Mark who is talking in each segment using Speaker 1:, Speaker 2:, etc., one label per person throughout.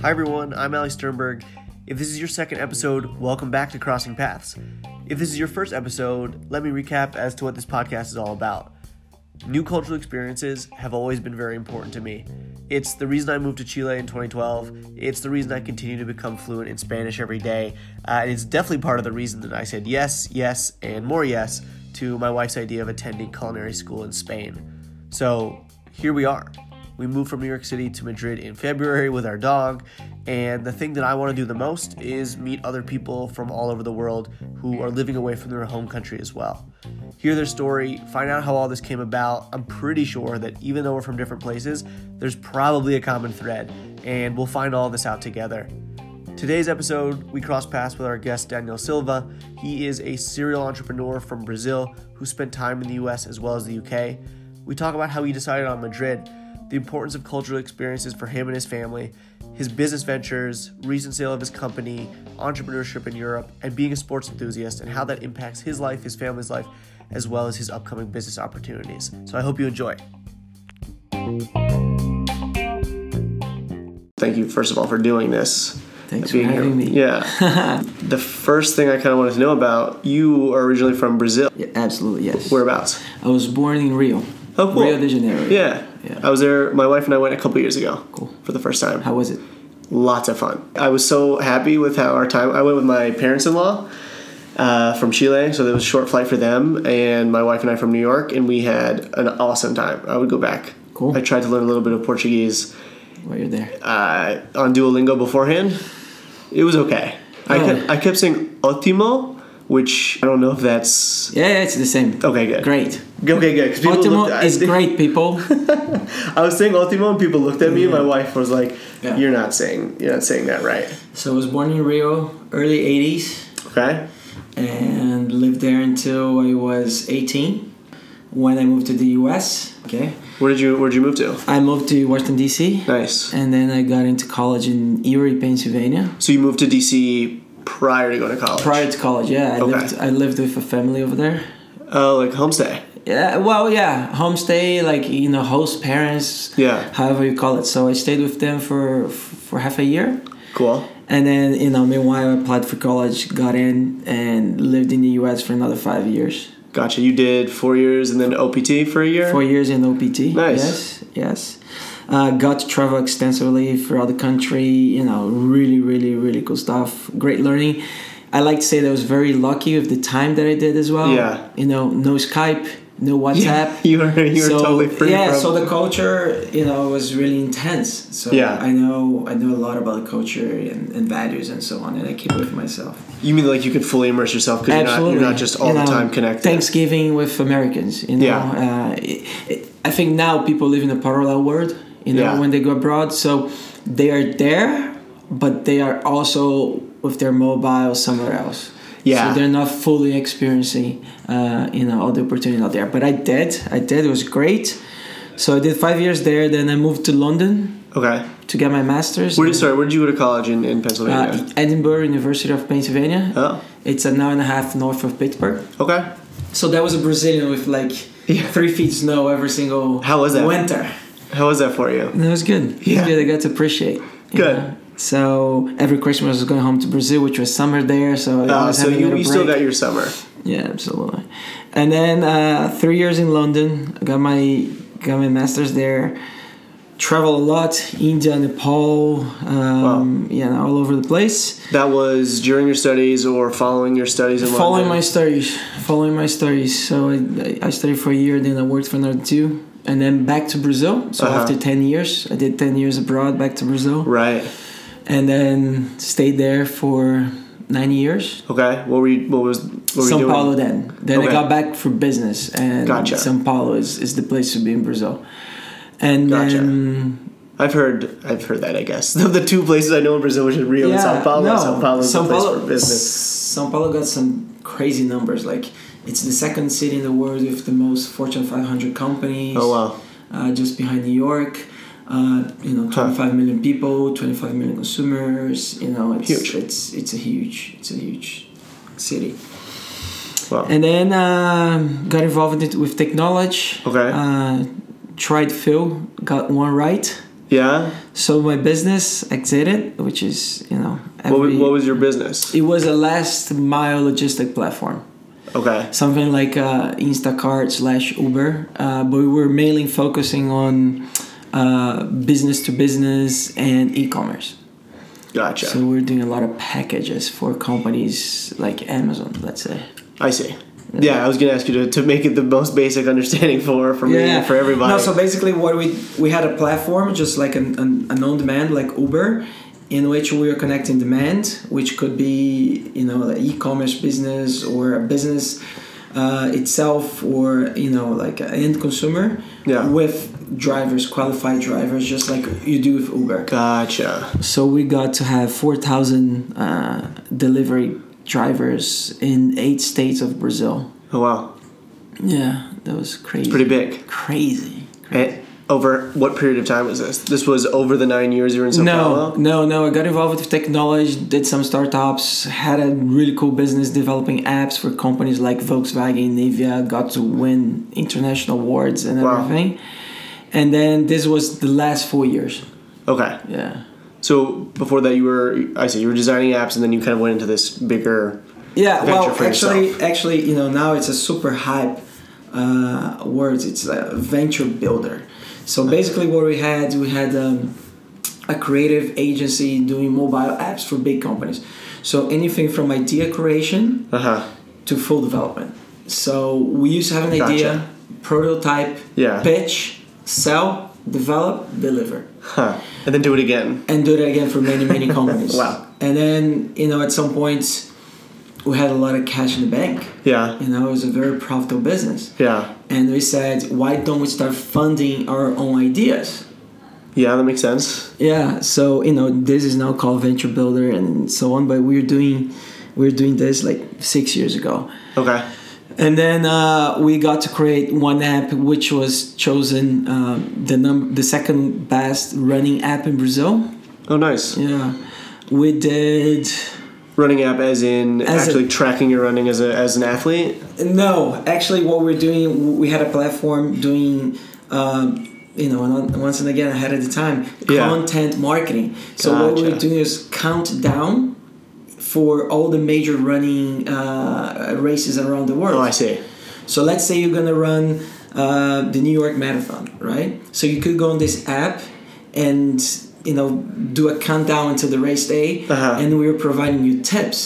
Speaker 1: Hi, everyone. I'm Ali Sternberg. If this is your second episode, welcome back to Crossing Paths. If this is your first episode, let me recap as to what this podcast is all about. New cultural experiences have always been very important to me. It's the reason I moved to Chile in 2012. It's the reason I continue to become fluent in Spanish every day. Uh, and it's definitely part of the reason that I said yes, yes, and more yes to my wife's idea of attending culinary school in Spain. So here we are. We moved from New York City to Madrid in February with our dog. And the thing that I want to do the most is meet other people from all over the world who are living away from their home country as well. Hear their story, find out how all this came about. I'm pretty sure that even though we're from different places, there's probably a common thread, and we'll find all this out together. Today's episode, we cross paths with our guest Daniel Silva. He is a serial entrepreneur from Brazil who spent time in the US as well as the UK. We talk about how he decided on Madrid, the importance of cultural experiences for him and his family, his business ventures, recent sale of his company, entrepreneurship in Europe, and being a sports enthusiast, and how that impacts his life, his family's life, as well as his upcoming business opportunities. So I hope you enjoy. Thank you, first of all, for doing this.
Speaker 2: Thanks for having me.
Speaker 1: Yeah. the first thing I kind of wanted to know about you are originally from Brazil.
Speaker 2: Yeah, absolutely, yes.
Speaker 1: Whereabouts?
Speaker 2: I was born in Rio.
Speaker 1: Oh, cool.
Speaker 2: Rio de Janeiro.
Speaker 1: Yeah.
Speaker 2: Yeah.
Speaker 1: I was there. My wife and I went a couple years ago.
Speaker 2: Cool.
Speaker 1: For the first time.
Speaker 2: How was it?
Speaker 1: Lots of fun. I was so happy with how our time. I went with my parents-in-law uh, from Chile, so there was a short flight for them, and my wife and I from New York, and we had an awesome time. I would go back.
Speaker 2: Cool.
Speaker 1: I tried to learn a little bit of Portuguese
Speaker 2: While you're there.
Speaker 1: uh, on Duolingo beforehand. It was okay. I
Speaker 2: Oh.
Speaker 1: kept I kept saying "otimo," which I don't know if that's
Speaker 2: yeah, yeah, it's the same.
Speaker 1: okay. Good.
Speaker 2: Great.
Speaker 1: Okay, good. 'cause people
Speaker 2: Baltimore
Speaker 1: looked- I
Speaker 2: is
Speaker 1: think-
Speaker 2: great, people.
Speaker 1: I was saying Ultimo, and people looked at me. and My wife was like,
Speaker 2: Yeah.
Speaker 1: "You're not saying, you're not saying that right."
Speaker 3: So I was born in Rio, early 80s,
Speaker 1: Okay.
Speaker 3: and lived there until I was 18 when I moved to the US. Okay.
Speaker 1: Where did you Where did you move to?
Speaker 3: I moved to Washington, D.C.,
Speaker 1: Nice.
Speaker 3: and then I got into college in Erie, Pennsylvania.
Speaker 1: So you moved to DC prior to going to college.
Speaker 3: Prior to college, yeah, I,
Speaker 1: Okay.
Speaker 3: lived, I lived with a family over there.
Speaker 1: Oh, like homestay.
Speaker 3: Yeah, well, yeah, homestay, like, you know, host parents,
Speaker 1: Yeah.
Speaker 3: however you call it. So I stayed with them for, for half a year.
Speaker 1: Cool.
Speaker 3: And then, you know, meanwhile, I applied for college, got in, and lived in the US for another five years.
Speaker 1: Gotcha. You did four years and then OPT for a year.
Speaker 3: Four years in OPT.
Speaker 1: Nice.
Speaker 3: Yes, yes. Uh, got to travel extensively throughout the country. You know, really, really, really cool stuff. Great learning. I like to say that I was very lucky with the time that I did as well.
Speaker 1: Yeah.
Speaker 3: You know, no Skype, no WhatsApp.
Speaker 1: You were you were totally free.
Speaker 3: yeah,
Speaker 1: from-
Speaker 3: so the culture, you know, was really intense. So
Speaker 1: Yeah.
Speaker 3: I know I know a lot about the culture and, and values and so on, and I keep it for myself.
Speaker 1: you mean like you could fully immerse yourself because you're not,
Speaker 3: Absolutely. um,
Speaker 1: you're not just all
Speaker 3: You
Speaker 1: the
Speaker 3: know,
Speaker 1: time connected.
Speaker 3: Thanksgiving with Americans, you know.
Speaker 1: Yeah.
Speaker 3: Uh, it, it, I think now people live in a parallel world, you know,
Speaker 1: Yeah.
Speaker 3: when they go abroad. So they are there, but they are also with their mobile somewhere else.
Speaker 1: Yeah.
Speaker 3: So they're not fully experiencing, uh, you know, all the opportunity out there. But I did. I did. It was great. So I did five years there. Then I moved to London
Speaker 1: Okay.
Speaker 3: to get my master's.
Speaker 1: Where did sorry? Where did you go to college in in Pennsylvania?
Speaker 3: uh, Edinburgh University of Pennsylvania.
Speaker 1: oh.
Speaker 3: It's an hour and a half north of Pittsburgh.
Speaker 1: Okay.
Speaker 3: So that was a Brazilian with like
Speaker 1: Yeah.
Speaker 3: three feet snow every single
Speaker 1: How was that?
Speaker 3: winter.
Speaker 1: How was that for you?
Speaker 3: And that was good. It
Speaker 1: Yeah.
Speaker 3: was good. I got to appreciate. you
Speaker 1: Good.
Speaker 3: know. So every Christmas I was going home to Brazil, which was summer there. So I
Speaker 1: Uh,
Speaker 3: was
Speaker 1: so
Speaker 3: having a
Speaker 1: you,
Speaker 3: little
Speaker 1: you still
Speaker 3: break.
Speaker 1: got your summer.
Speaker 3: yeah, absolutely. And then uh, three years in London, I got my got my masters there. Travel a lot, India, Nepal, um, you know, all over the place.
Speaker 1: That was during your studies or following your studies in
Speaker 3: following my
Speaker 1: London?
Speaker 3: studies following my studies so I, I studied for a year then i worked for another two and then back to brazil so
Speaker 1: Uh-huh.
Speaker 3: after 10 years i did 10 years abroad back to brazil
Speaker 1: Right.
Speaker 3: and then stayed there for nine years
Speaker 1: Okay. What were you? What was? What were
Speaker 3: sao
Speaker 1: you doing?
Speaker 3: paulo then then
Speaker 1: Okay.
Speaker 3: i got back for business and
Speaker 1: Gotcha.
Speaker 3: sao paulo is, is the place to be in brazil and
Speaker 1: Gotcha.
Speaker 3: then
Speaker 1: I've heard. I've heard that. I guess the, the two places I know in Brazil, which is Rio and Sao Paulo. Sao Paulo is the place for business.
Speaker 3: Sao Paulo got some crazy numbers. Like it's the second city in the world with the most Fortune 500 companies.
Speaker 1: Oh wow.
Speaker 3: Uh, just behind New York. Uh, you know,
Speaker 1: Huh.
Speaker 3: 25 million people, 25 million consumers. You know, it's
Speaker 1: Huge.
Speaker 3: it's it's a huge it's a huge city.
Speaker 1: Wow.
Speaker 3: And then um, got involved in it with technology.
Speaker 1: Okay.
Speaker 3: Uh, tried Phil, got one right.
Speaker 1: Yeah.
Speaker 3: So my business exited, which is you know
Speaker 1: What, wa-
Speaker 3: every-
Speaker 1: what was your business?
Speaker 3: it was a last mile logistic platform,
Speaker 1: Okay.
Speaker 3: something like uh, Instacart slash Uber, uh, but we were mainly focusing on uh, business to business and e-commerce.
Speaker 1: Gotcha.
Speaker 3: So we're doing a lot of packages for companies like Amazon, let's say.
Speaker 1: I see. Yeah, I was gonna ask you to, to make it the most basic understanding for for me and for everybody.
Speaker 3: No, so basically, what we we had a platform, just like an, an, an on demand, like Uber, in which we were connecting demand, which could be you know the e-commerce business or a business uh, itself, or you know like an end consumer
Speaker 1: Yeah.
Speaker 3: with drivers, qualified drivers, just like you do with Uber.
Speaker 1: gotcha.
Speaker 3: So we got to have four thousand uh, delivery drivers in eight states of Brazil.
Speaker 1: Oh wow,
Speaker 3: Yeah, that was crazy.
Speaker 1: pretty big.
Speaker 3: Crazy.
Speaker 1: And over what period of time was this? This was over the nine years you were in Sao
Speaker 3: No,
Speaker 1: Paulo.
Speaker 3: no, no. I got involved with technology, did some startups, had a really cool business developing apps for companies like Volkswagen, Nivea, got to win international awards and
Speaker 1: Wow.
Speaker 3: everything. And then this was the last four years.
Speaker 1: Okay.
Speaker 3: Yeah.
Speaker 1: So before that, you were I see you were designing apps, and then you kind of went into this bigger.
Speaker 3: Yeah,
Speaker 1: Venture
Speaker 3: well,
Speaker 1: for
Speaker 3: actually,
Speaker 1: yourself.
Speaker 3: actually, you know, now it's a super hype uh, words. It's a venture builder. So basically, what we had, we had um, a creative agency doing mobile apps for big companies. So anything from idea creation
Speaker 1: Uh huh.
Speaker 3: to full development. So we used to have an
Speaker 1: Gotcha.
Speaker 3: idea, prototype,
Speaker 1: Yeah.
Speaker 3: pitch, sell, develop, deliver
Speaker 1: Huh. And then do it again.
Speaker 3: and do that again for many many companies
Speaker 1: Wow.
Speaker 3: and then you know at some point we had a lot of cash in the bank
Speaker 1: Yeah.
Speaker 3: you know it was a very profitable business
Speaker 1: Yeah.
Speaker 3: and we said why don't we start funding our own ideas
Speaker 1: Yeah. That makes sense.
Speaker 3: yeah so you know this is now called venture builder and so on but we're doing we're doing this like six years ago
Speaker 1: Okay.
Speaker 3: and then uh, we got to create one app which was chosen um, the num- the second best running app in brazil
Speaker 1: Oh, nice.
Speaker 3: yeah we did
Speaker 1: Running app, as in
Speaker 3: As a-
Speaker 1: actually tracking your running as a as an athlete.
Speaker 3: No, actually, what we're doing, we had a platform doing, um, you know, and on- once and again ahead of the time,
Speaker 1: Yeah.
Speaker 3: content marketing. So what
Speaker 1: Gotcha.
Speaker 3: we're doing is count down for all the major running uh, races around the world.
Speaker 1: Oh, I see.
Speaker 3: So let's say you're gonna run uh, the New York Marathon, right? So you could go on this app and you know do a countdown until the race day,
Speaker 1: Uh-huh.
Speaker 3: and we were providing you tips.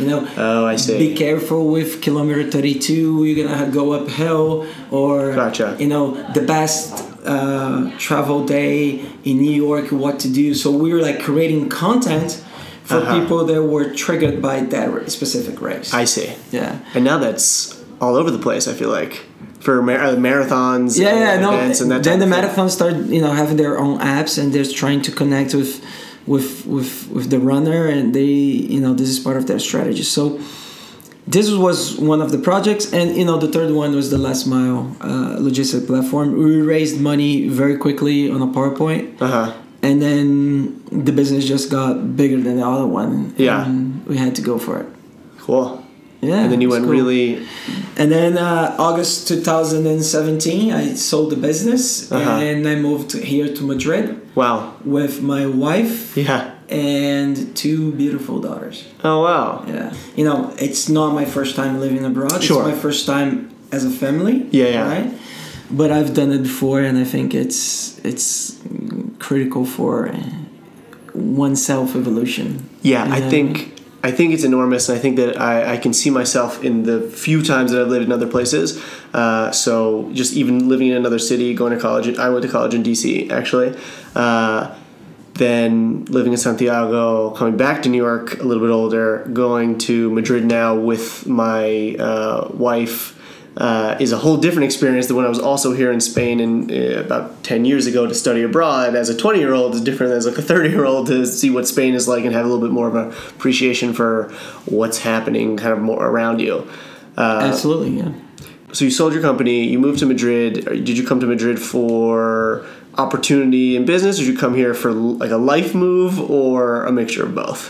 Speaker 3: You know,
Speaker 1: Oh, I see.
Speaker 3: be careful with kilometer 32 you're gonna go uphill or
Speaker 1: Gotcha.
Speaker 3: you know the best uh, travel day in new york what to do so we were like creating content for
Speaker 1: Uh-huh.
Speaker 3: people that were triggered by that r- specific race
Speaker 1: I see.
Speaker 3: yeah
Speaker 1: And now that's all over the place. I feel like for mar- uh, marathons,
Speaker 3: yeah, yeah,
Speaker 1: and
Speaker 3: no.
Speaker 1: events, and that
Speaker 3: then
Speaker 1: type of thing.
Speaker 3: the marathons start, you know, having their own apps, and they're trying to connect with, with, with, with the runner, and they, you know, this is part of their strategy. So, this was one of the projects, and you know, the third one was the last mile uh, logistic platform. We raised money very quickly on a PowerPoint,
Speaker 1: Uh-huh.
Speaker 3: and then the business just got bigger than the other one.
Speaker 1: Yeah.
Speaker 3: and we had to go for it.
Speaker 1: Cool.
Speaker 3: Yeah,
Speaker 1: And then you
Speaker 3: it's
Speaker 1: went
Speaker 3: cool.
Speaker 1: really.
Speaker 3: And then uh, August 2017, I sold the business
Speaker 1: Uh-huh.
Speaker 3: and I moved here to Madrid
Speaker 1: Wow.
Speaker 3: with my wife
Speaker 1: Yeah.
Speaker 3: and two beautiful daughters.
Speaker 1: Oh wow.
Speaker 3: Yeah. You know, it's not my first time living abroad.
Speaker 1: Sure.
Speaker 3: It's my first time as a family.
Speaker 1: Yeah, yeah.
Speaker 3: Right? But I've done it before and I think it's it's critical for uh, oneself evolution.
Speaker 1: Yeah, I
Speaker 3: Yeah.
Speaker 1: think I think it's enormous, and I think that I, I can see myself in the few times that I've lived in other places. Uh, so just even living in another city, going to college. I went to college in DC actually. Uh, then living in Santiago, coming back to New York a little bit older, going to Madrid now with my uh, wife uh, is a whole different experience than when I was also here in Spain in, uh, about 10 years ago to study abroad. As a 20 year old is different as like a 30 year old to see what Spain is like and have a little bit more of an appreciation for what's happening kind of more around you. uh,
Speaker 3: Absolutely, yeah.
Speaker 1: So you sold your company, you moved to Madrid. Or Did you come to Madrid for opportunity in business? Or did you come here for like a life move or a mixture of both?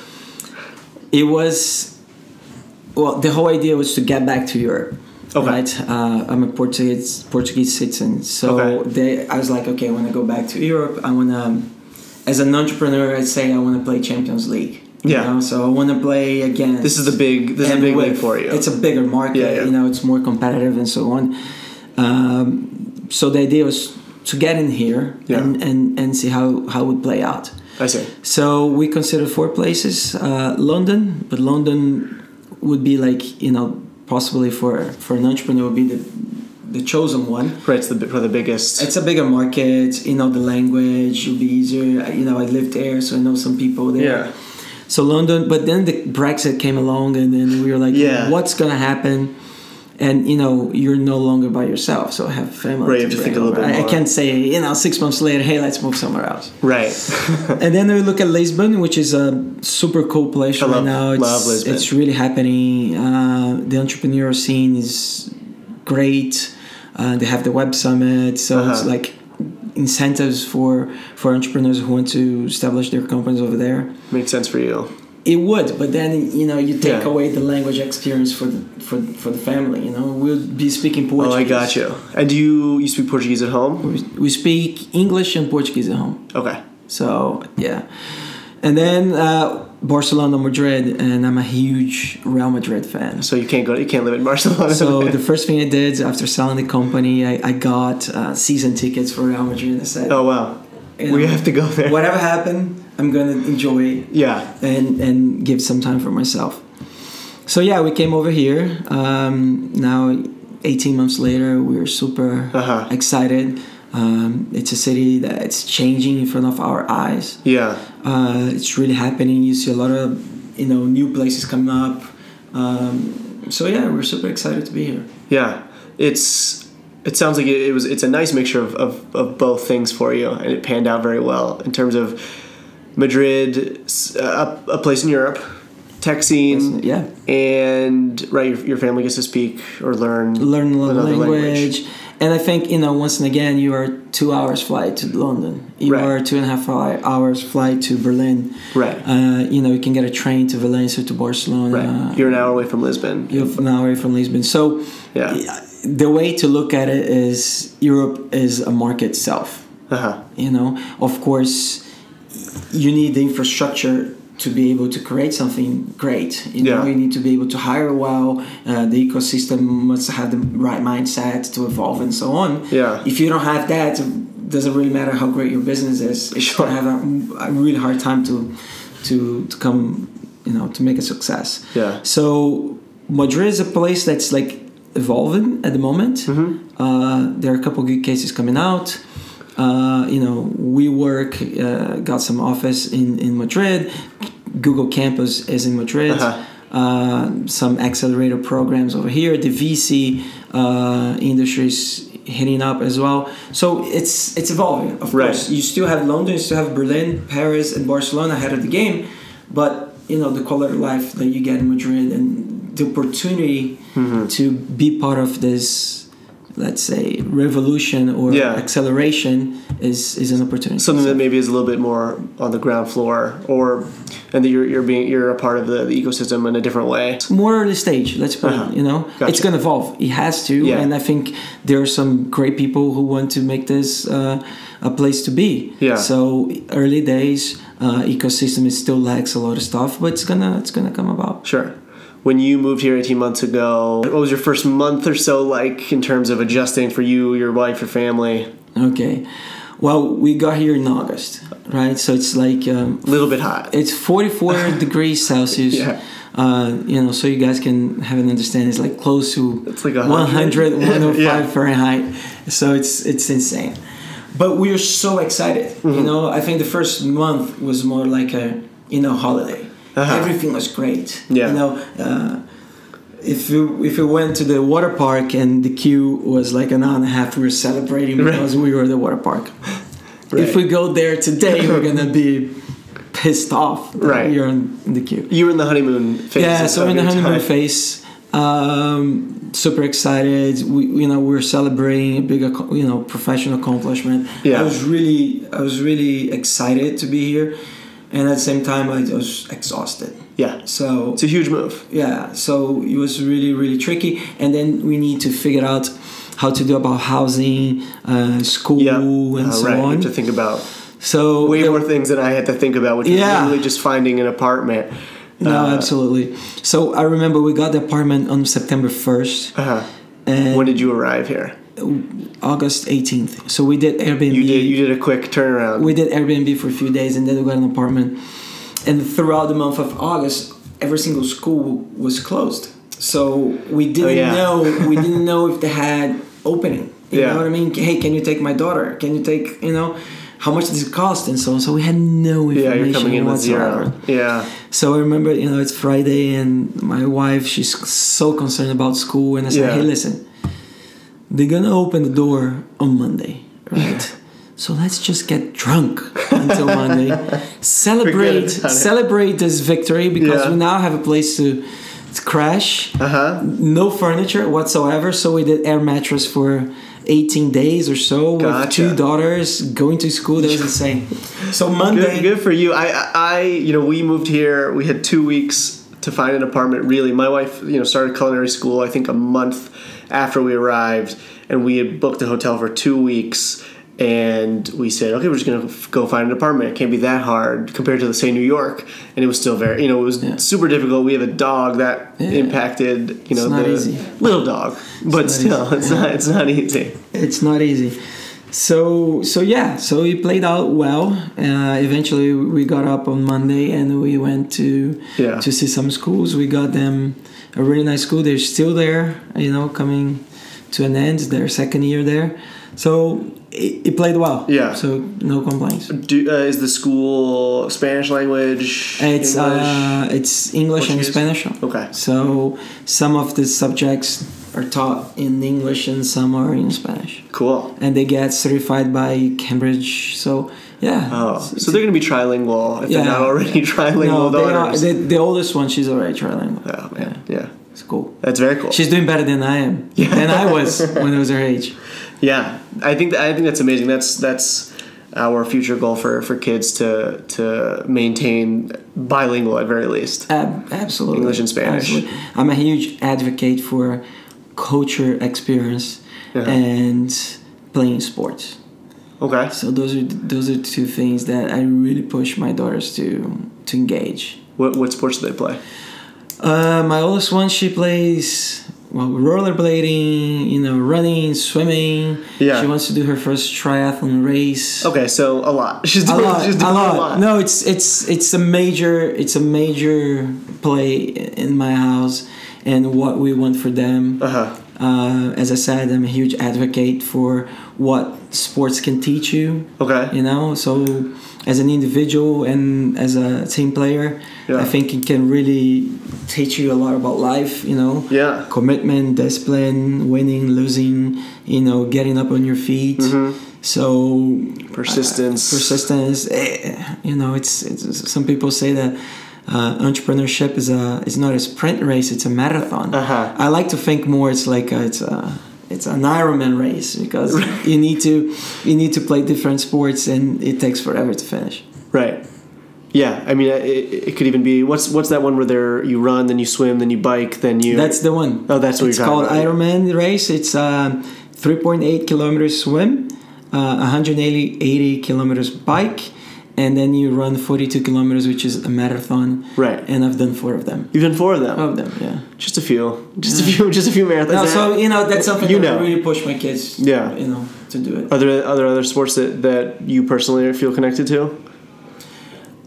Speaker 3: It was well, the whole idea was to get back to Europe.
Speaker 1: Okay.
Speaker 3: right? Uh, I'm a Portuguese Portuguese citizen, so
Speaker 1: Okay.
Speaker 3: they, I was like, okay, when I go back to Europe, I want to, as an entrepreneur, I say I want to play Champions League. you
Speaker 1: Yeah.
Speaker 3: know? So I want to play again.
Speaker 1: This is the big. This is the
Speaker 3: And
Speaker 1: big
Speaker 3: with-
Speaker 1: league for you.
Speaker 3: It's a bigger market,
Speaker 1: Yeah, yeah.
Speaker 3: you know, it's more competitive and so on. Um, so the idea was to get in here
Speaker 1: Yeah.
Speaker 3: and, and, and see how, how it would play out.
Speaker 1: I see.
Speaker 3: So we consider four places uh, London, but London would be like, you know, possibly for, for an entrepreneur would be the, the chosen one.
Speaker 1: Right, it's the bi- for the biggest.
Speaker 3: It's a bigger market, you know, the language would be easier. You know, I lived there, so I know some people there.
Speaker 1: yeah.
Speaker 3: So London, but then the Brexit came along, and then we were like,
Speaker 1: Yeah.
Speaker 3: what's gonna happen? And you know, you're no longer by yourself, so I have family.
Speaker 1: Right, you have to
Speaker 3: bring
Speaker 1: think a little
Speaker 3: over.
Speaker 1: bit
Speaker 3: I, I
Speaker 1: more.
Speaker 3: can't say, you know, six months later, hey, let's move somewhere else.
Speaker 1: Right.
Speaker 3: and then we look at Lisbon, which is a super cool place
Speaker 1: I
Speaker 3: right
Speaker 1: love-
Speaker 3: now. It's,
Speaker 1: love Lisbon.
Speaker 3: It's really happening. Uh, the entrepreneur scene is great. Uh, they have the Web Summit, so it's
Speaker 1: Uh-huh.
Speaker 3: like incentives for for entrepreneurs who want to establish their companies over there.
Speaker 1: Makes sense for you.
Speaker 3: It would, but then you know you take
Speaker 1: Yeah.
Speaker 3: away the language experience for the for, for the family. You know, we'll be speaking
Speaker 1: Oh,
Speaker 3: Portuguese.
Speaker 1: I got you. And do you you speak Portuguese at home?
Speaker 3: We, we speak English and Portuguese at home.
Speaker 1: Okay.
Speaker 3: So yeah, and then uh, Barcelona, Madrid, and I'm a huge Real Madrid fan.
Speaker 1: So you can't go. You can't live in Barcelona.
Speaker 3: So the first thing I did after selling the company, I, I got uh, season tickets for Real Madrid. I said,
Speaker 1: oh wow.
Speaker 3: you
Speaker 1: we
Speaker 3: know,
Speaker 1: have to go there.
Speaker 3: whatever happened, I'm gonna enjoy
Speaker 1: Yeah.
Speaker 3: and and give some time for myself. So yeah, we came over here. Um, now, 18 months later, we're super
Speaker 1: Uh-huh.
Speaker 3: excited. Um, it's a city that it's changing in front of our eyes.
Speaker 1: Yeah.
Speaker 3: Uh, it's really happening. You see a lot of you know new places coming up. Um, so yeah, we're super excited to be here.
Speaker 1: Yeah. It's. It sounds like it, it was. It's a nice mixture of, of of both things for you, and it panned out very well in terms of Madrid, s- a, a place in Europe, tech scene,
Speaker 3: Yeah,
Speaker 1: and right, your, your family gets to speak or learn
Speaker 3: learn the
Speaker 1: another
Speaker 3: language. And I think you know, once and again, you are two hours flight to London. You
Speaker 1: Right.
Speaker 3: are two and a half hou- hours flight to Berlin.
Speaker 1: Right.
Speaker 3: Uh, you know, you can get a train to Valencia to Barcelona.
Speaker 1: Right. You're an hour away from Lisbon.
Speaker 3: you're an hour away from Lisbon. So
Speaker 1: Yeah.
Speaker 3: the way to look at it is Europe is a market itself.
Speaker 1: Uh huh.
Speaker 3: you know of course you need the infrastructure to be able to create something great you know
Speaker 1: Yeah.
Speaker 3: you need to be able to hire well uh, the ecosystem must have the right mindset to evolve and so on
Speaker 1: Yeah.
Speaker 3: if you don't have that it doesn't really matter how great your business is it's
Speaker 1: Sure.
Speaker 3: going to have a, a really hard time to to to come you know to make a success
Speaker 1: Yeah.
Speaker 3: so Madrid is a place that's like evolving at the moment. Uh, there are a couple good cases coming out. Uh, you know, WeWork uh, got some office in in Madrid. Google Campus is in Madrid.
Speaker 1: Uh-huh.
Speaker 3: Uh, some accelerator programs over here. The VC uh, industry is hitting up as well. So it's it's evolving, of
Speaker 1: Right.
Speaker 3: course. You still have London, you still have Berlin, Paris, and Barcelona ahead of the game, but you know the quality of life that you get in Madrid and the opportunity
Speaker 1: Mm-hmm.
Speaker 3: to be part of this, let's say, revolution or
Speaker 1: Yeah.
Speaker 3: acceleration is is an opportunity.
Speaker 1: something that maybe is a little bit more on the ground floor or and that you're, you're being you're a part of the, the ecosystem in a different way
Speaker 3: more early stage let's put
Speaker 1: Uh-huh.
Speaker 3: it you know
Speaker 1: Gotcha.
Speaker 3: it's gonna evolve it has to
Speaker 1: Yeah.
Speaker 3: and i think there are some great people who want to make this uh, a place to be
Speaker 1: Yeah.
Speaker 3: so early days uh, ecosystem is still lacks a lot of stuff but it's gonna it's gonna come about
Speaker 1: sure when you moved here 18 months ago what was your first month or so like in terms of adjusting for you your wife your family
Speaker 3: okay well we got here in august right so it's like um,
Speaker 1: a little bit hot
Speaker 3: it's 44 degrees celsius
Speaker 1: Yeah.
Speaker 3: Uh, you know, so you guys can have an understanding. It's like close to
Speaker 1: It's like 100.
Speaker 3: 100, 105
Speaker 1: Yeah.
Speaker 3: Fahrenheit. So it's it's insane. But we are so excited. You
Speaker 1: Mm-hmm.
Speaker 3: know, I think the first month was more like a you know holiday.
Speaker 1: Uh-huh.
Speaker 3: Everything was great.
Speaker 1: Yeah.
Speaker 3: You know, uh, if you if you went to the water park and the queue was like an hour and a half, we were celebrating because we were at the water park.
Speaker 1: Right.
Speaker 3: If we go there today, we're gonna be pissed off. that
Speaker 1: Right.
Speaker 3: You're in, in the queue.
Speaker 1: you were in the honeymoon phase
Speaker 3: Yeah,
Speaker 1: of
Speaker 3: so we're in the
Speaker 1: your
Speaker 3: honeymoon
Speaker 1: time.
Speaker 3: phase. Um, super excited. We, you know, we're celebrating a big, ac- you know, professional accomplishment.
Speaker 1: Yeah.
Speaker 3: I was really, I was really excited to be here, and at the same time, I was exhausted.
Speaker 1: Yeah.
Speaker 3: So
Speaker 1: It's a huge move.
Speaker 3: yeah so it was really really tricky and then we need to figure out how to do about housing uh, school
Speaker 1: Yeah.
Speaker 3: and
Speaker 1: Uh,
Speaker 3: so
Speaker 1: right. You
Speaker 3: on
Speaker 1: have to think about
Speaker 3: so
Speaker 1: way
Speaker 3: there-
Speaker 1: more things than I had to think about, which
Speaker 3: Yeah.
Speaker 1: was literally just finding an apartment.
Speaker 3: no
Speaker 1: Uh,
Speaker 3: absolutely so i remember we got the apartment on september 1st
Speaker 1: Uh-huh.
Speaker 3: and
Speaker 1: When did you arrive here?
Speaker 3: august 18th so we did airbnb
Speaker 1: You did you did a quick turnaround.
Speaker 3: we did Airbnb for a few days and then we got an apartment. And throughout the month of August, every single school was closed. So we didn't
Speaker 1: Oh, yeah.
Speaker 3: know we didn't know if they had opening. You
Speaker 1: Yeah.
Speaker 3: know what I mean? Hey, can you take my daughter? Can you take you know how much does it cost and so on? So we had no
Speaker 1: yeah,
Speaker 3: information
Speaker 1: you're coming in with
Speaker 3: whatsoever.
Speaker 1: zero. Yeah.
Speaker 3: So I remember, you know, it's Friday, and my wife, she's so concerned about school, and I said,
Speaker 1: Yeah.
Speaker 3: "Hey, listen, they're gonna open the door on Monday, right? so let's just get drunk until Monday, celebrate,
Speaker 1: Forget about it.
Speaker 3: celebrate this victory because
Speaker 1: Yeah.
Speaker 3: we now have a place to, to crash,
Speaker 1: Uh-huh.
Speaker 3: no furniture whatsoever. So we did air mattress for." 18 days or so with
Speaker 1: Gotcha.
Speaker 3: two daughters going to school that was insane so monday
Speaker 1: Good, good for you. I, I- I, you know, we moved here. We had two weeks to find an apartment. Really, my wife, you know, started culinary school. I think a month after we arrived, and we had booked a hotel for two weeks. And we said, okay, we're just gonna f- go find an apartment. It can't be that hard compared to, say, New York. And it was still very, you know, it was super difficult. We have a dog that impacted, you know,
Speaker 3: not
Speaker 1: the
Speaker 3: easy.
Speaker 1: little dog, but still, it's not, it's not easy.
Speaker 3: it's not easy so so yeah so it played out well uh, eventually we got up on monday and we went to
Speaker 1: Yeah.
Speaker 3: to see some schools we got them a really nice school they're still there you know coming to an end their second year there so it, it played well
Speaker 1: Yeah.
Speaker 3: so no complaints
Speaker 1: Do, uh, is the school Spanish language?
Speaker 3: it's
Speaker 1: English?
Speaker 3: uh it's english and
Speaker 1: Portuguese?
Speaker 3: spanish
Speaker 1: Okay.
Speaker 3: so some of the subjects are taught in english and some are in spanish
Speaker 1: Cool.
Speaker 3: and they get certified by Cambridge. So yeah.
Speaker 1: Oh,
Speaker 3: It's-
Speaker 1: so they're going to be trilingual if
Speaker 3: Yeah.
Speaker 1: they're not already
Speaker 3: no,
Speaker 1: trilingual
Speaker 3: they are,
Speaker 1: daughters.
Speaker 3: the, the oldest one, she's already trilingual.
Speaker 1: oh man, yeah.
Speaker 3: It's cool.
Speaker 1: that's very cool.
Speaker 3: She's doing better than I am. Than I was when I was her age.
Speaker 1: yeah, I think that, I think that's amazing. That's that's our future goal for for kids to to maintain bilingual at very least.
Speaker 3: Ab- absolutely.
Speaker 1: English and Spanish.
Speaker 3: Absolutely. I'm a huge advocate for culture experience and playing sports.
Speaker 1: Okay.
Speaker 3: So those are those are two things that I really push my daughters to to engage.
Speaker 1: What what sports do they play?
Speaker 3: Uh, my oldest one, she plays well rollerblading, you know, running, swimming.
Speaker 1: Yeah. Oh,
Speaker 3: She wants to do her first triathlon race.
Speaker 1: Okay, so a lot. She's
Speaker 3: A
Speaker 1: doing,
Speaker 3: lot,
Speaker 1: she's
Speaker 3: a
Speaker 1: doing
Speaker 3: lot. No, it's it's it's a major it's a major play in my house, and what we want for them.
Speaker 1: Uh-huh.
Speaker 3: Uh, as I said, I'm a huge advocate for what sports can teach you
Speaker 1: Okay.
Speaker 3: you know so as an individual and as a team player
Speaker 1: Yeah.
Speaker 3: i think it can really teach you a lot about life you know
Speaker 1: Yeah.
Speaker 3: commitment discipline winning losing you know getting up on your feet so
Speaker 1: Mm-hmm.
Speaker 3: uh,
Speaker 1: Persistence.
Speaker 3: persistence eh, you know it's, it's some people say that uh, entrepreneurship is a is not a sprint race it's a marathon
Speaker 1: Uh-huh.
Speaker 3: i like to think more it's like a, it's a it's an ironman race because you need to you need to play different sports and it takes forever to finish
Speaker 1: Right. Yeah, I mean, it, it could even be what's what's that one where there you run, then you swim, then you bike, then you.
Speaker 3: that's the one.
Speaker 1: Oh, that's what
Speaker 3: it's
Speaker 1: you're talking
Speaker 3: called
Speaker 1: about.
Speaker 3: ironman race it's um, a 3.8 kilometer swim uh, 180 80 kilometers bike and then you run 42 kilometers which is a marathon
Speaker 1: Right.
Speaker 3: and i've done four of them
Speaker 1: You've done four of them.
Speaker 3: of them yeah
Speaker 1: Just a few. Just a few. Just a few marathons.
Speaker 3: No,
Speaker 1: Is that-
Speaker 3: so you know that's something
Speaker 1: You
Speaker 3: that
Speaker 1: know.
Speaker 3: I really push my kids.
Speaker 1: Yeah. Uh,
Speaker 3: you know to do it.
Speaker 1: Are there are there other sports that, that you personally feel connected to?
Speaker 3: Oh.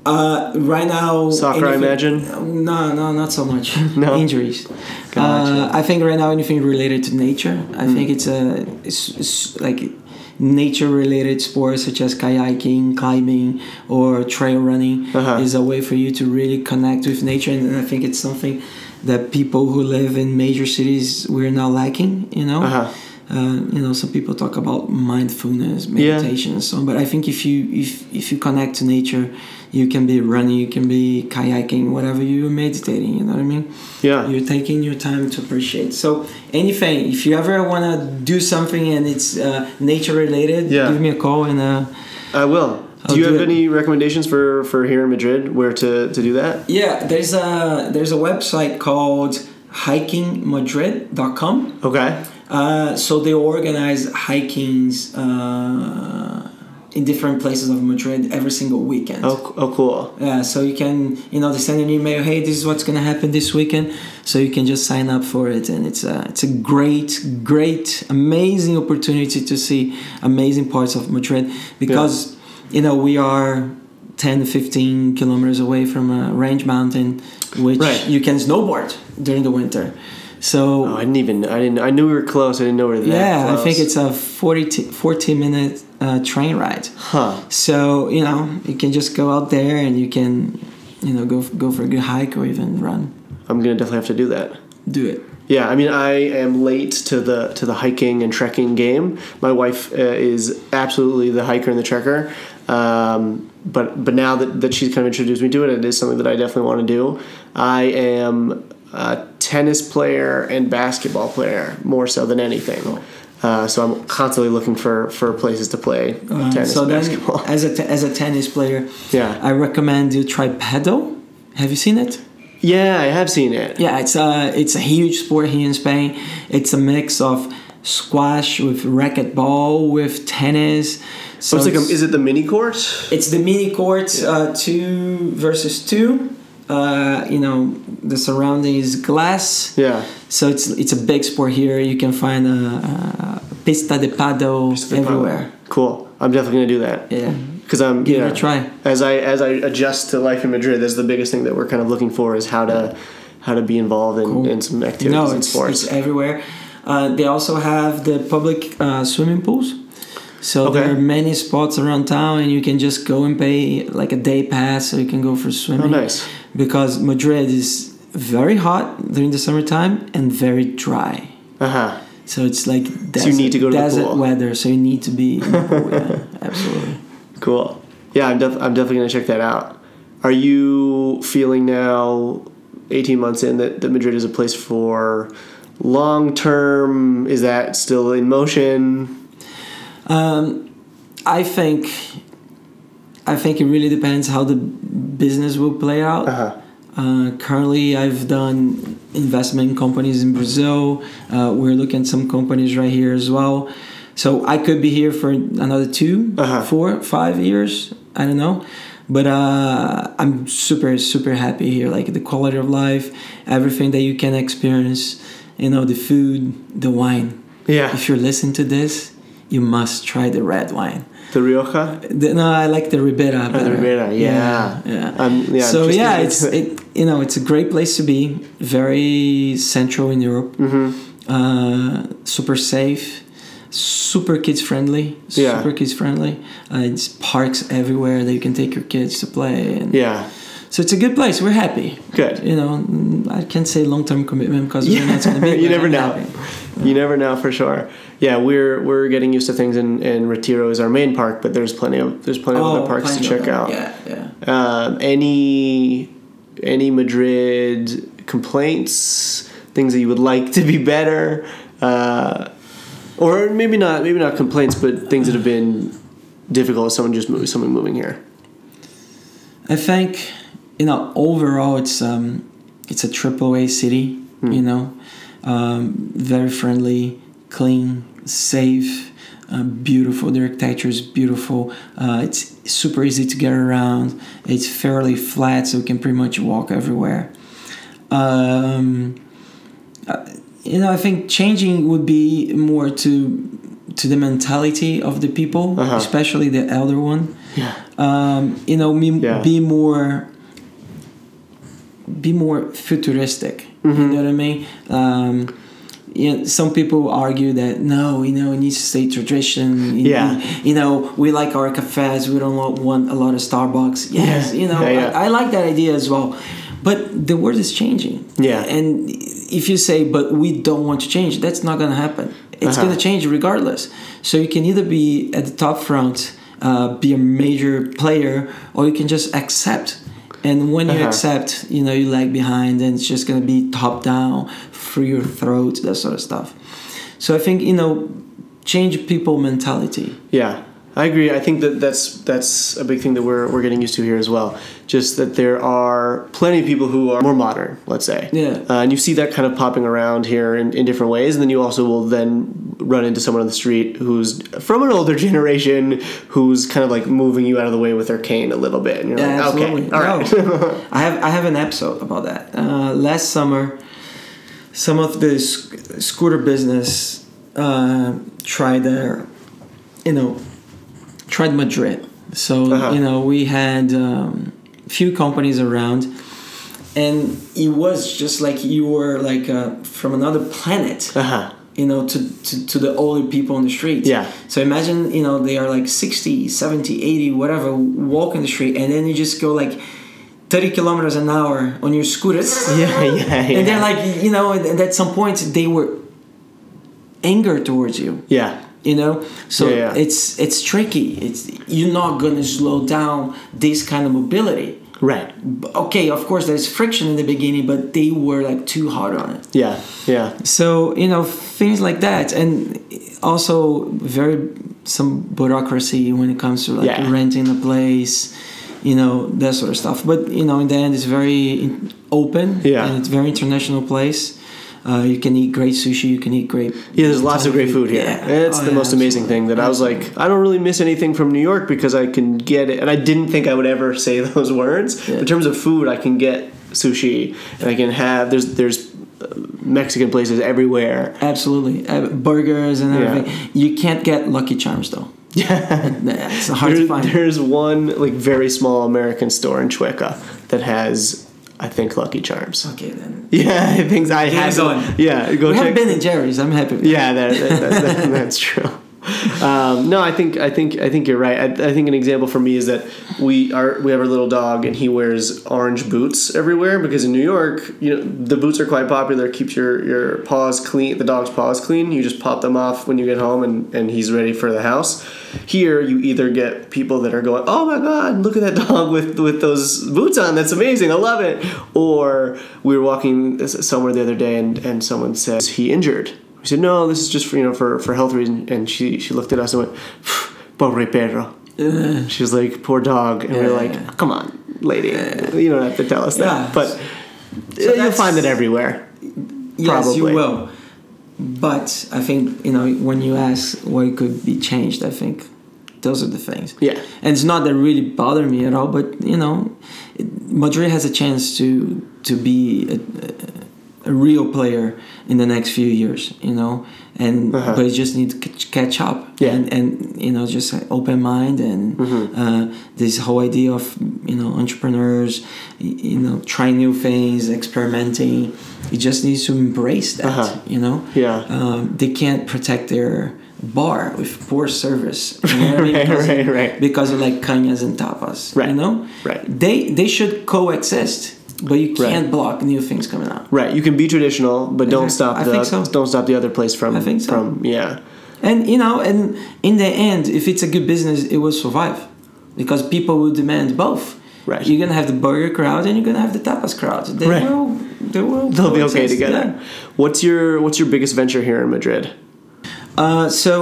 Speaker 3: Uh, right now,
Speaker 1: Soccer, I imagine?
Speaker 3: No, no, not so much.
Speaker 1: No?
Speaker 3: injuries. Uh,
Speaker 1: Gotcha. Hmm.
Speaker 3: I think right now anything related to nature. I think it's a it's, it's like nature related sports such as kayaking, climbing, or trail running
Speaker 1: Uh-huh.
Speaker 3: is a way for you to really connect with nature, and I think it's something that people who live in major cities we're now lacking. You know.
Speaker 1: Uh-huh.
Speaker 3: Uh, you know, some people talk about mindfulness, meditation, and so on. But I think if you if if you connect to nature, you can be running, you can be kayaking, whatever you're meditating. You know what I mean?
Speaker 1: Yeah.
Speaker 3: You're taking your time to appreciate. So anything, if you ever wanna do something and it's uh, nature related,
Speaker 1: Yeah.
Speaker 3: give me a call and uh,
Speaker 1: I will.
Speaker 3: I'll
Speaker 1: do you have
Speaker 3: it.
Speaker 1: any recommendations for, for here in Madrid where to, to do that?
Speaker 3: Yeah, there's a there's a website called hikingmadrid.com.
Speaker 1: Okay.
Speaker 3: Uh, so they organize hikings uh, in different places of Madrid every single weekend.
Speaker 1: Oh, c- oh cool.
Speaker 3: Yeah, so you can, you know, they send an email. Hey, this is what's gonna happen this weekend. So you can just sign up for it, and it's a it's a great, great, amazing opportunity to see amazing parts of Madrid because you know we are 10, 15 kilometers away from a range mountain, which
Speaker 1: Right.
Speaker 3: you can snowboard during the winter. So
Speaker 1: Oh, I didn't even. I didn't. I knew we were close. I didn't know we were that
Speaker 3: yeah, I
Speaker 1: close.
Speaker 3: think it's a 40, t- 40 minute uh, train ride.
Speaker 1: Huh.
Speaker 3: So you know you can just go out there and you can, you know, go go for a good hike or even run.
Speaker 1: I'm gonna definitely have to do that.
Speaker 3: Do it.
Speaker 1: Yeah, I mean, I am late to the to the hiking and trekking game. My wife uh, is absolutely the hiker and the trekker, um, but but now that, that she's kind of introduced me to it, it is something that I definitely want to do. I am a tennis player and basketball player more so than anything, uh, so I'm constantly looking for for places to play
Speaker 3: Uh,
Speaker 1: tennis
Speaker 3: so
Speaker 1: and
Speaker 3: then,
Speaker 1: basketball.
Speaker 3: as a t- as a tennis player,
Speaker 1: Yeah.
Speaker 3: I recommend you try pedal. Have you seen it?
Speaker 1: yeah, I have seen it.
Speaker 3: Yeah, it's a it's a huge sport here in Spain. It's a mix of squash with racquetball with tennis. So
Speaker 1: So it's like a,
Speaker 3: it's-
Speaker 1: is it the mini court?
Speaker 3: it's the mini court uh, two versus two. Uh, you know the surrounding is glass.
Speaker 1: Yeah.
Speaker 3: So it's it's a big sport here. You can find a, a pista de paddle everywhere.
Speaker 1: Cool. I'm definitely gonna do that.
Speaker 3: Yeah.
Speaker 1: because I'm
Speaker 3: Give
Speaker 1: you
Speaker 3: it a
Speaker 1: know,
Speaker 3: try.
Speaker 1: As I as I adjust to life in Madrid, that's the biggest thing that we're kind of looking for is how to how to be involved in, in some activities
Speaker 3: No,
Speaker 1: and
Speaker 3: it's,
Speaker 1: sports.
Speaker 3: it's everywhere. Uh, they also have the public uh, swimming pools. So
Speaker 1: Okay.
Speaker 3: there are many spots around town, and you can just go and pay like a day pass, so you can go for swimming.
Speaker 1: nice.
Speaker 3: Because Madrid is very hot during the summertime and very dry.
Speaker 1: uh huh.
Speaker 3: So it's like desert,
Speaker 1: you need to go to the
Speaker 3: desert
Speaker 1: pool.
Speaker 3: weather. So you need to be in the pool, yeah, absolutely.
Speaker 1: Cool. Yeah, I'm def- I'm definitely gonna check that out. Are you feeling now, 18 months in, that, that Madrid is a place for long term? Is that still in motion?
Speaker 3: I think I think it really depends how the business will play out.
Speaker 1: Uh-huh.
Speaker 3: Uh, currently, I've done investment companies in Brazil. Uh, we're looking at some companies right here as well. So I could be here for another two,
Speaker 1: Uh-huh.
Speaker 3: four, five years. I don't know, but uh, I'm super, super happy here. Like the quality of life, everything that you can experience. You know, the food, the wine.
Speaker 1: Yeah.
Speaker 3: If you're listening to this, you must try the red wine.
Speaker 1: The Rioja.
Speaker 3: The, no, I like the Ribera. Better.
Speaker 1: Ribera, yeah.
Speaker 3: yeah.
Speaker 1: Um, yeah,
Speaker 3: so
Speaker 1: just
Speaker 3: yeah,
Speaker 1: thinking
Speaker 3: it's
Speaker 1: about
Speaker 3: it. You know, it's a great place to be. Very central in Europe.
Speaker 1: Mm-hmm.
Speaker 3: Uh, super safe. Super kids friendly.
Speaker 1: Yeah.
Speaker 3: Super kids friendly. Uh, it's parks everywhere that you can take your kids to play. And
Speaker 1: Yeah.
Speaker 3: So it's a good place. We're happy.
Speaker 1: Good.
Speaker 3: You know, mm, I can't say long term commitment because we're not going to be.
Speaker 1: you
Speaker 3: we're
Speaker 1: never know.
Speaker 3: not happy.
Speaker 1: You never know for sure. Yeah, we're we're getting used to things, and, and Retiro is our main park, but there's plenty of there's Oh, plenty of
Speaker 3: Oh,
Speaker 1: other parks to
Speaker 3: fine,
Speaker 1: check
Speaker 3: no,
Speaker 1: out.
Speaker 3: Yeah, yeah.
Speaker 1: Um, any any Madrid complaints, things that you would like to be better, uh, or maybe not maybe not complaints, but things that have been difficult. if Someone just moved, someone moving here.
Speaker 3: I think you know overall it's um it's a triple A city. You know, um, very friendly, clean, safe, uh, beautiful. The architecture is beautiful. Uh, it's super easy to get around. It's fairly flat, so you can pretty much walk everywhere. Um, uh, you know, I think changing would be more to to the mentality of the people,
Speaker 1: Uh-huh.
Speaker 3: especially the elder one
Speaker 1: Yeah.
Speaker 3: um, you know, me,
Speaker 1: Yeah.
Speaker 3: be more be more futuristic. You
Speaker 1: Mm-hmm.
Speaker 3: know what I mean? Um, you know, some people argue that no, you know, it needs to stay tradition. You
Speaker 1: Yeah.
Speaker 3: know, you know, we like our cafes. We don't want- want a lot of Starbucks. Yes,
Speaker 1: Yeah.
Speaker 3: you know,
Speaker 1: Yeah, yeah.
Speaker 3: I, I like that idea as well. But the world is changing.
Speaker 1: Yeah.
Speaker 3: And if you say, but we don't want to change, that's not going to happen. It's
Speaker 1: Uh-huh.
Speaker 3: going to change regardless. So you can either be at the top front, uh, be a major player, or you can just accept. And when you
Speaker 1: Uh-huh.
Speaker 3: accept, you know, you lag behind and it's just going to be top down, through your throat, that sort of stuff. So I think, you know, change people mentality.
Speaker 1: Yeah. I agree. I think that that's that's a big thing that we're we're getting used to here as well. Just that there are plenty of people who are more modern, let's say.
Speaker 3: Yeah.
Speaker 1: Uh, and you see that kind of popping around here in, in different ways, and then you also will then run into someone on the street who's from an older generation who's kind of like moving you out of the way with their cane a little bit, and you're
Speaker 3: Yeah,
Speaker 1: like,
Speaker 3: absolutely.
Speaker 1: okay, all right.
Speaker 3: No. I have I have an episode about that. Uh, last summer, some of the sc- scooter business uh, tried their, you know, tried Madrid. So
Speaker 1: Uh-huh.
Speaker 3: you know we had um, few companies around, and it was just like you were like uh, from another planet
Speaker 1: Uh huh.
Speaker 3: you know to, to, to the older people on the street
Speaker 1: Yeah.
Speaker 3: so imagine you know they are like 60 70 80 whatever walk in the street and then you just go like 30 kilometers an hour on your scooters
Speaker 1: Yeah, yeah, yeah.
Speaker 3: and they're like you know and and at some point they were anger towards you
Speaker 1: yeah.
Speaker 3: you know so
Speaker 1: Yeah, yeah.
Speaker 3: it's it's tricky it's you're not gonna slow down this kind of mobility
Speaker 1: Right.
Speaker 3: okay of course there's friction in the beginning but they were like too hard on it
Speaker 1: Yeah. Yeah.
Speaker 3: so you know things like that, and also very some bureaucracy when it comes to like
Speaker 1: Yeah.
Speaker 3: renting a place, you know that sort of stuff. But you know in the end it's very in- open,
Speaker 1: Yeah.
Speaker 3: and it's very international place. Uh, you can eat great sushi. You can eat great.
Speaker 1: Yeah, there's lots of great food here.
Speaker 3: Yeah.
Speaker 1: It's
Speaker 3: Oh,
Speaker 1: the
Speaker 3: yeah,
Speaker 1: most amazing thing that I was like, I don't really miss anything from New York because I can get it. And I didn't think I would ever say those words.
Speaker 3: Yeah.
Speaker 1: In terms of food, I can get sushi and I can have there's there's uh, Mexican places everywhere.
Speaker 3: Absolutely, uh, burgers and
Speaker 1: Yeah.
Speaker 3: everything. You can't get Lucky Charms though. Yeah, it's hard
Speaker 1: There-
Speaker 3: to find.
Speaker 1: there's one like very small American store in Chueca that has I think Lucky Charms.
Speaker 3: Okay then.
Speaker 1: Yeah, I think I had
Speaker 3: on.
Speaker 1: Yeah, go
Speaker 3: We
Speaker 1: check.
Speaker 3: have been in Jerry's. I'm happy. With that.
Speaker 1: Yeah, that, that, that, that- that's true. Um, no, I think I think I think you're right. I, I think an example for me is that we are we have our little dog and he wears orange boots everywhere because in New York, you know, the boots are quite popular. Keeps your your paws clean, the dog's paws clean. You just pop them off when you get home, and and he's ready for the house. Here, you either get people that are going, "Oh my God, look at that dog with with those boots on. That's amazing. I love it," or we were walking somewhere the other day and and someone says he injured. We said, no, this is just for you know for, for health reasons. And she she looked at us and went, pobre perro. She was like, poor dog. And we were like, come on, lady, you don't have to tell us
Speaker 3: Yeah.
Speaker 1: that. But you'll
Speaker 3: that's-
Speaker 1: find it everywhere.
Speaker 3: Yes,
Speaker 1: Probably.
Speaker 3: you will. But I think you know when you ask what could be changed, I think those are the things.
Speaker 1: Yeah.
Speaker 3: and it's not that really bother me at all. But you know, it, Madrid has a chance to to be a, a real player in the next few years. You know, and but you just need to catch- catch up.
Speaker 1: Uh-huh. Yeah.
Speaker 3: and, and you know just open mind and
Speaker 1: Mm-hmm.
Speaker 3: uh, this whole idea of you know entrepreneurs, y- you know, trying new things, experimenting. You just need to embrace that.
Speaker 1: Uh-huh.
Speaker 3: You know
Speaker 1: Yeah.
Speaker 3: um, they can't protect their bar with poor service. You know what I mean?
Speaker 1: Right,
Speaker 3: because,
Speaker 1: right, right.
Speaker 3: Because of like cañas and tapas.
Speaker 1: Right,
Speaker 3: You know?
Speaker 1: right.
Speaker 3: They they should coexist, but you
Speaker 1: Right.
Speaker 3: can't block new things coming out.
Speaker 1: Right. You can be traditional, but don't
Speaker 3: Exactly.
Speaker 1: stop
Speaker 3: Uh-huh. I
Speaker 1: the
Speaker 3: think so.
Speaker 1: don't stop the other place from
Speaker 3: I think so.
Speaker 1: from yeah.
Speaker 3: And you know, and in the end, if it's a good business, it will survive. Because people will demand both.
Speaker 1: Right.
Speaker 3: You're gonna have the burger crowd and you're gonna have the tapas crowd. They
Speaker 1: Right.
Speaker 3: will they will
Speaker 1: They'll be okay
Speaker 3: coexist,
Speaker 1: together.
Speaker 3: yeah.
Speaker 1: What's your what's your biggest venture here in Madrid?
Speaker 3: Uh, so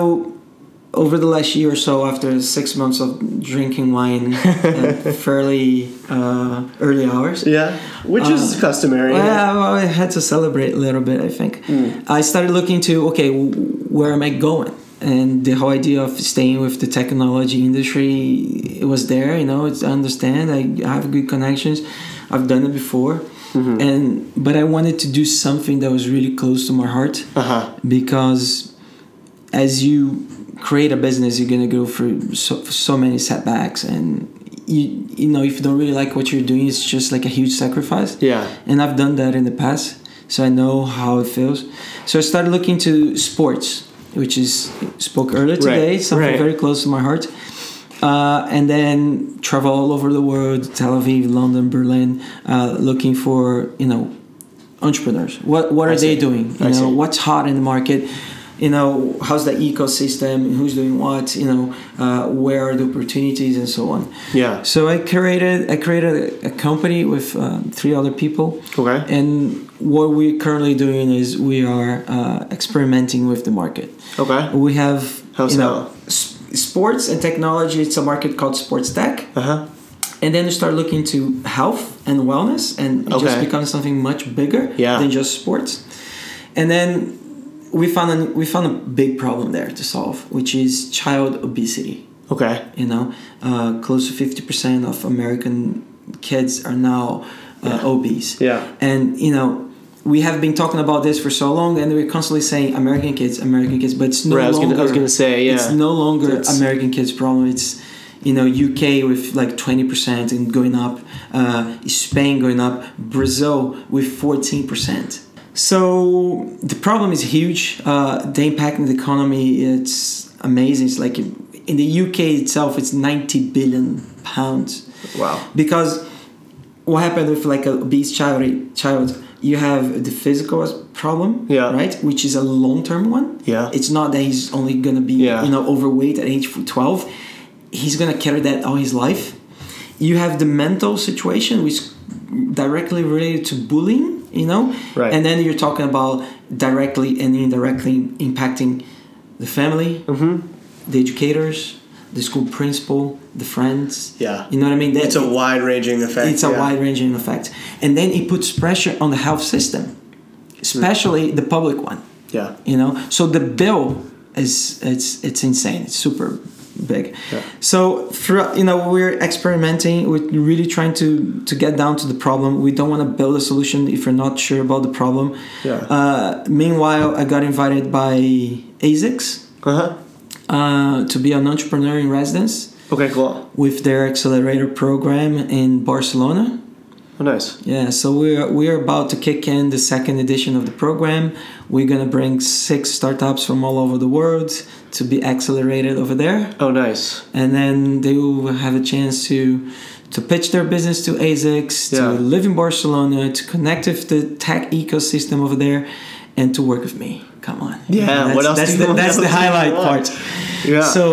Speaker 3: over the last year or so, after six months of drinking wine at fairly uh, early hours,
Speaker 1: Yeah. Which is customary.
Speaker 3: Uh, well, well, I had to celebrate a little bit. I think I started looking to okay, w- where am I going? And the whole idea of staying with the technology industry, it was there. You know, it's I understand. I have good connections. I've done it before, and but I wanted to do something that was really close to my heart
Speaker 1: Uh-huh.
Speaker 3: because as you create a business, you're gonna go through so, so many setbacks, and you you know if you don't really like what you're doing, it's just like a huge sacrifice.
Speaker 1: Yeah.
Speaker 3: And I've done that in the past, so I know how it feels. So I started looking to sports, which is spoke earlier today, something
Speaker 1: right.
Speaker 3: very close to my heart. Uh, and then travel all over the world, Tel Aviv, London, Berlin, uh, looking for you know entrepreneurs. What what are
Speaker 1: see.
Speaker 3: they doing? You
Speaker 1: I
Speaker 3: know
Speaker 1: see.
Speaker 3: what's hot in the market. You know how's the ecosystem? Who's doing what? You know uh, where are the opportunities and so on.
Speaker 1: Yeah.
Speaker 3: So I created I created a, a company with uh, three other people.
Speaker 1: Okay.
Speaker 3: And what we're currently doing is we are uh, experimenting with the market.
Speaker 1: Okay.
Speaker 3: We have
Speaker 1: How's
Speaker 3: you
Speaker 1: that?
Speaker 3: know s- sports and technology. It's a market called sports tech.
Speaker 1: Uh-huh.
Speaker 3: And then you start looking to health and wellness, and it just
Speaker 1: Okay.
Speaker 3: becomes something much bigger
Speaker 1: Yeah.
Speaker 3: than just sports. And then we found a, we found a big problem there to solve, which is child obesity.
Speaker 1: Okay.
Speaker 3: You know, uh, close to 50% of American kids are now uh, obese.
Speaker 1: Yeah.
Speaker 3: And, you know, we have been talking about this for so long, and we're constantly saying American kids, American kids, but it's no
Speaker 1: Right, I was
Speaker 3: longer.
Speaker 1: gonna- I was gonna say,
Speaker 3: It's
Speaker 1: yeah.
Speaker 3: no longer
Speaker 1: That's-
Speaker 3: American kids' problem. It's, you know, UK with like 20% and going up, uh, Spain going up, Brazil with 14%. So the problem is huge. Uh, the impact on the economy, it's amazing. It's like in the UK itself, it's 90 billion pounds.
Speaker 1: Wow.
Speaker 3: Because what happened with like a obese child, child you have the physical as- problem,
Speaker 1: Yeah.
Speaker 3: right? Which is a long term one.
Speaker 1: Yeah.
Speaker 3: It's not that he's only gonna be
Speaker 1: Yeah.
Speaker 3: you know overweight at age twelve. He's gonna carry that all his life. You have the mental situation which is directly related to bullying, you know?
Speaker 1: Right.
Speaker 3: And then you're talking about directly and indirectly impacting the family,
Speaker 1: Mm-hmm.
Speaker 3: the educators, the school principal, the friends.
Speaker 1: Yeah.
Speaker 3: You know what I mean? That-
Speaker 1: It's a wide ranging effect.
Speaker 3: it's a
Speaker 1: yeah.
Speaker 3: wide ranging effect. And then it puts pressure on the health system, especially the public one.
Speaker 1: Yeah.
Speaker 3: You know, so the bill is it's it's insane. It's super big. So throughout, you know, we're experimenting. We're really trying to to get down to the problem. We don't want to build a solution if you're not sure about the problem.
Speaker 1: Yeah.
Speaker 3: Uh, meanwhile, I got invited by ASICS
Speaker 1: Uh huh.
Speaker 3: uh, to be an entrepreneur in residence
Speaker 1: Okay, cool.
Speaker 3: with their accelerator program in Barcelona.
Speaker 1: Oh, nice.
Speaker 3: Yeah, so we're we're about to kick in the second edition of the program. We're gonna bring six startups from all over the world to be accelerated over there,
Speaker 1: Oh, nice.
Speaker 3: and then they will have a chance to to pitch their business to ASICS, to
Speaker 1: Yeah.
Speaker 3: live in Barcelona, to connect with the tech ecosystem over there, and to work with me. Come on,
Speaker 1: Yeah,
Speaker 3: that's,
Speaker 1: what else
Speaker 3: That's
Speaker 1: do
Speaker 3: the,
Speaker 1: you- what
Speaker 3: that's
Speaker 1: else
Speaker 3: the
Speaker 1: do you
Speaker 3: highlight
Speaker 1: want?
Speaker 3: part.
Speaker 1: Yeah.
Speaker 3: So,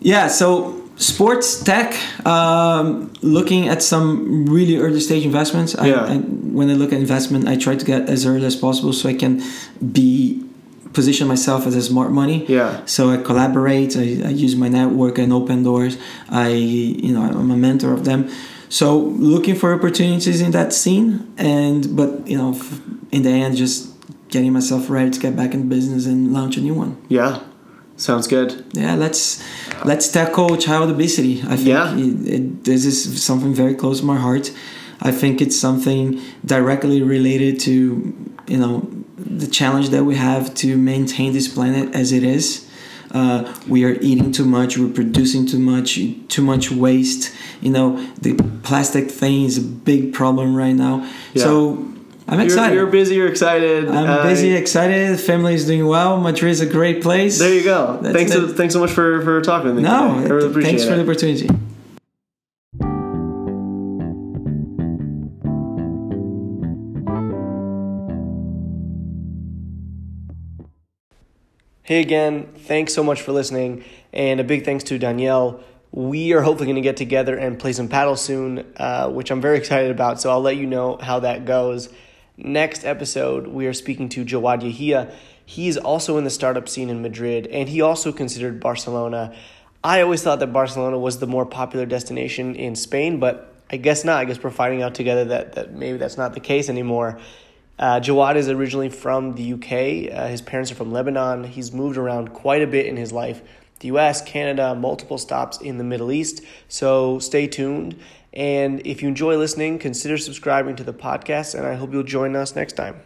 Speaker 3: yeah, so sports tech, um, looking at some really early stage investments. I,
Speaker 1: Yeah.
Speaker 3: I, when I look at investment, I try to get as early as possible so I can be position myself as a smart money.
Speaker 1: Yeah.
Speaker 3: So I collaborate. I, I use my network and open doors. I, you know, I'm a mentor of them. So looking for opportunities in that scene, and but you know, f- in the end, just getting myself ready to get back in business and launch a new one
Speaker 1: yeah. Sounds good.
Speaker 3: yeah let's let's tackle child obesity i think
Speaker 1: Yeah.
Speaker 3: it, it, this is something very close to my heart i think it's something directly related to you know the challenge that we have to maintain this planet as it is uh, we are eating too much we're producing too much too much waste you know the plastic thing is a big problem right now
Speaker 1: Yeah.
Speaker 3: so i'm
Speaker 1: You're,
Speaker 3: excited
Speaker 1: you're busy. You're excited.
Speaker 3: i'm
Speaker 1: uh,
Speaker 3: busy excited family is doing well madrid is a great place
Speaker 1: There you go.
Speaker 3: That's
Speaker 1: Thanks.
Speaker 3: it.
Speaker 1: thanks so much for for talking. with me
Speaker 3: no,
Speaker 1: today. I really appreciate
Speaker 3: thanks
Speaker 1: it.
Speaker 3: for the opportunity.
Speaker 4: Hey again, thanks so much for listening, and a big thanks to Danielle. We are hopefully going to get together and play some paddle soon, uh, which I'm very excited about, so I'll let you know how that goes. Next episode, we are speaking to Jawad Yahia. He is also in the startup scene in Madrid, and he also considered Barcelona. I always thought that Barcelona was the more popular destination in Spain, but I guess not. I guess we're finding out together that, that maybe that's not the case anymore. Uh, Jawad is originally from the UK. Uh, his parents are from Lebanon. He's moved around quite a bit in his life the US, Canada, multiple stops in the Middle East. So stay tuned. And if you enjoy listening, consider subscribing to the podcast. And I hope you'll join us next time.